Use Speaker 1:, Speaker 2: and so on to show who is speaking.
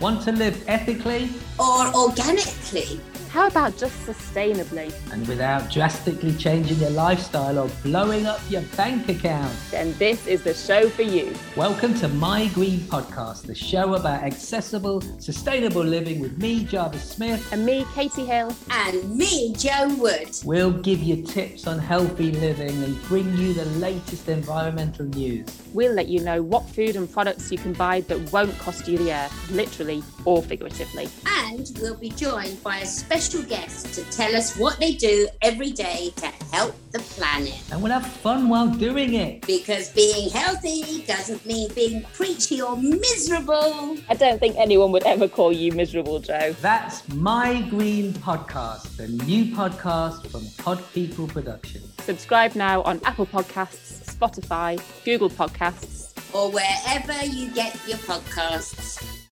Speaker 1: Want to live ethically
Speaker 2: or organically?
Speaker 3: How about just sustainably?
Speaker 1: and without drastically changing your lifestyle or blowing up your bank account?
Speaker 3: Then this is the show for you.
Speaker 1: Welcome to My Green Podcast, the show about accessible, sustainable living with me, Jarvis Smith.
Speaker 3: And me, Katie Hill.
Speaker 2: And me, Joe Wood.
Speaker 1: We'll give you tips on healthy living and bring you the latest environmental news.
Speaker 3: We'll let you know what food and products you can buy that won't cost you the earth, literally or figuratively.
Speaker 2: And we'll be joined by a special guest to tell us what they do every day to help the planet.
Speaker 1: And we'll have fun while doing it.
Speaker 2: Because being healthy doesn't mean being preachy or miserable.
Speaker 3: I don't think anyone would ever call you miserable, Joe.
Speaker 1: That's My Green Podcast, the new podcast from Pod People Productions.
Speaker 3: Subscribe now on Apple Podcasts, Spotify, Google Podcasts.
Speaker 2: Or wherever you get your podcasts.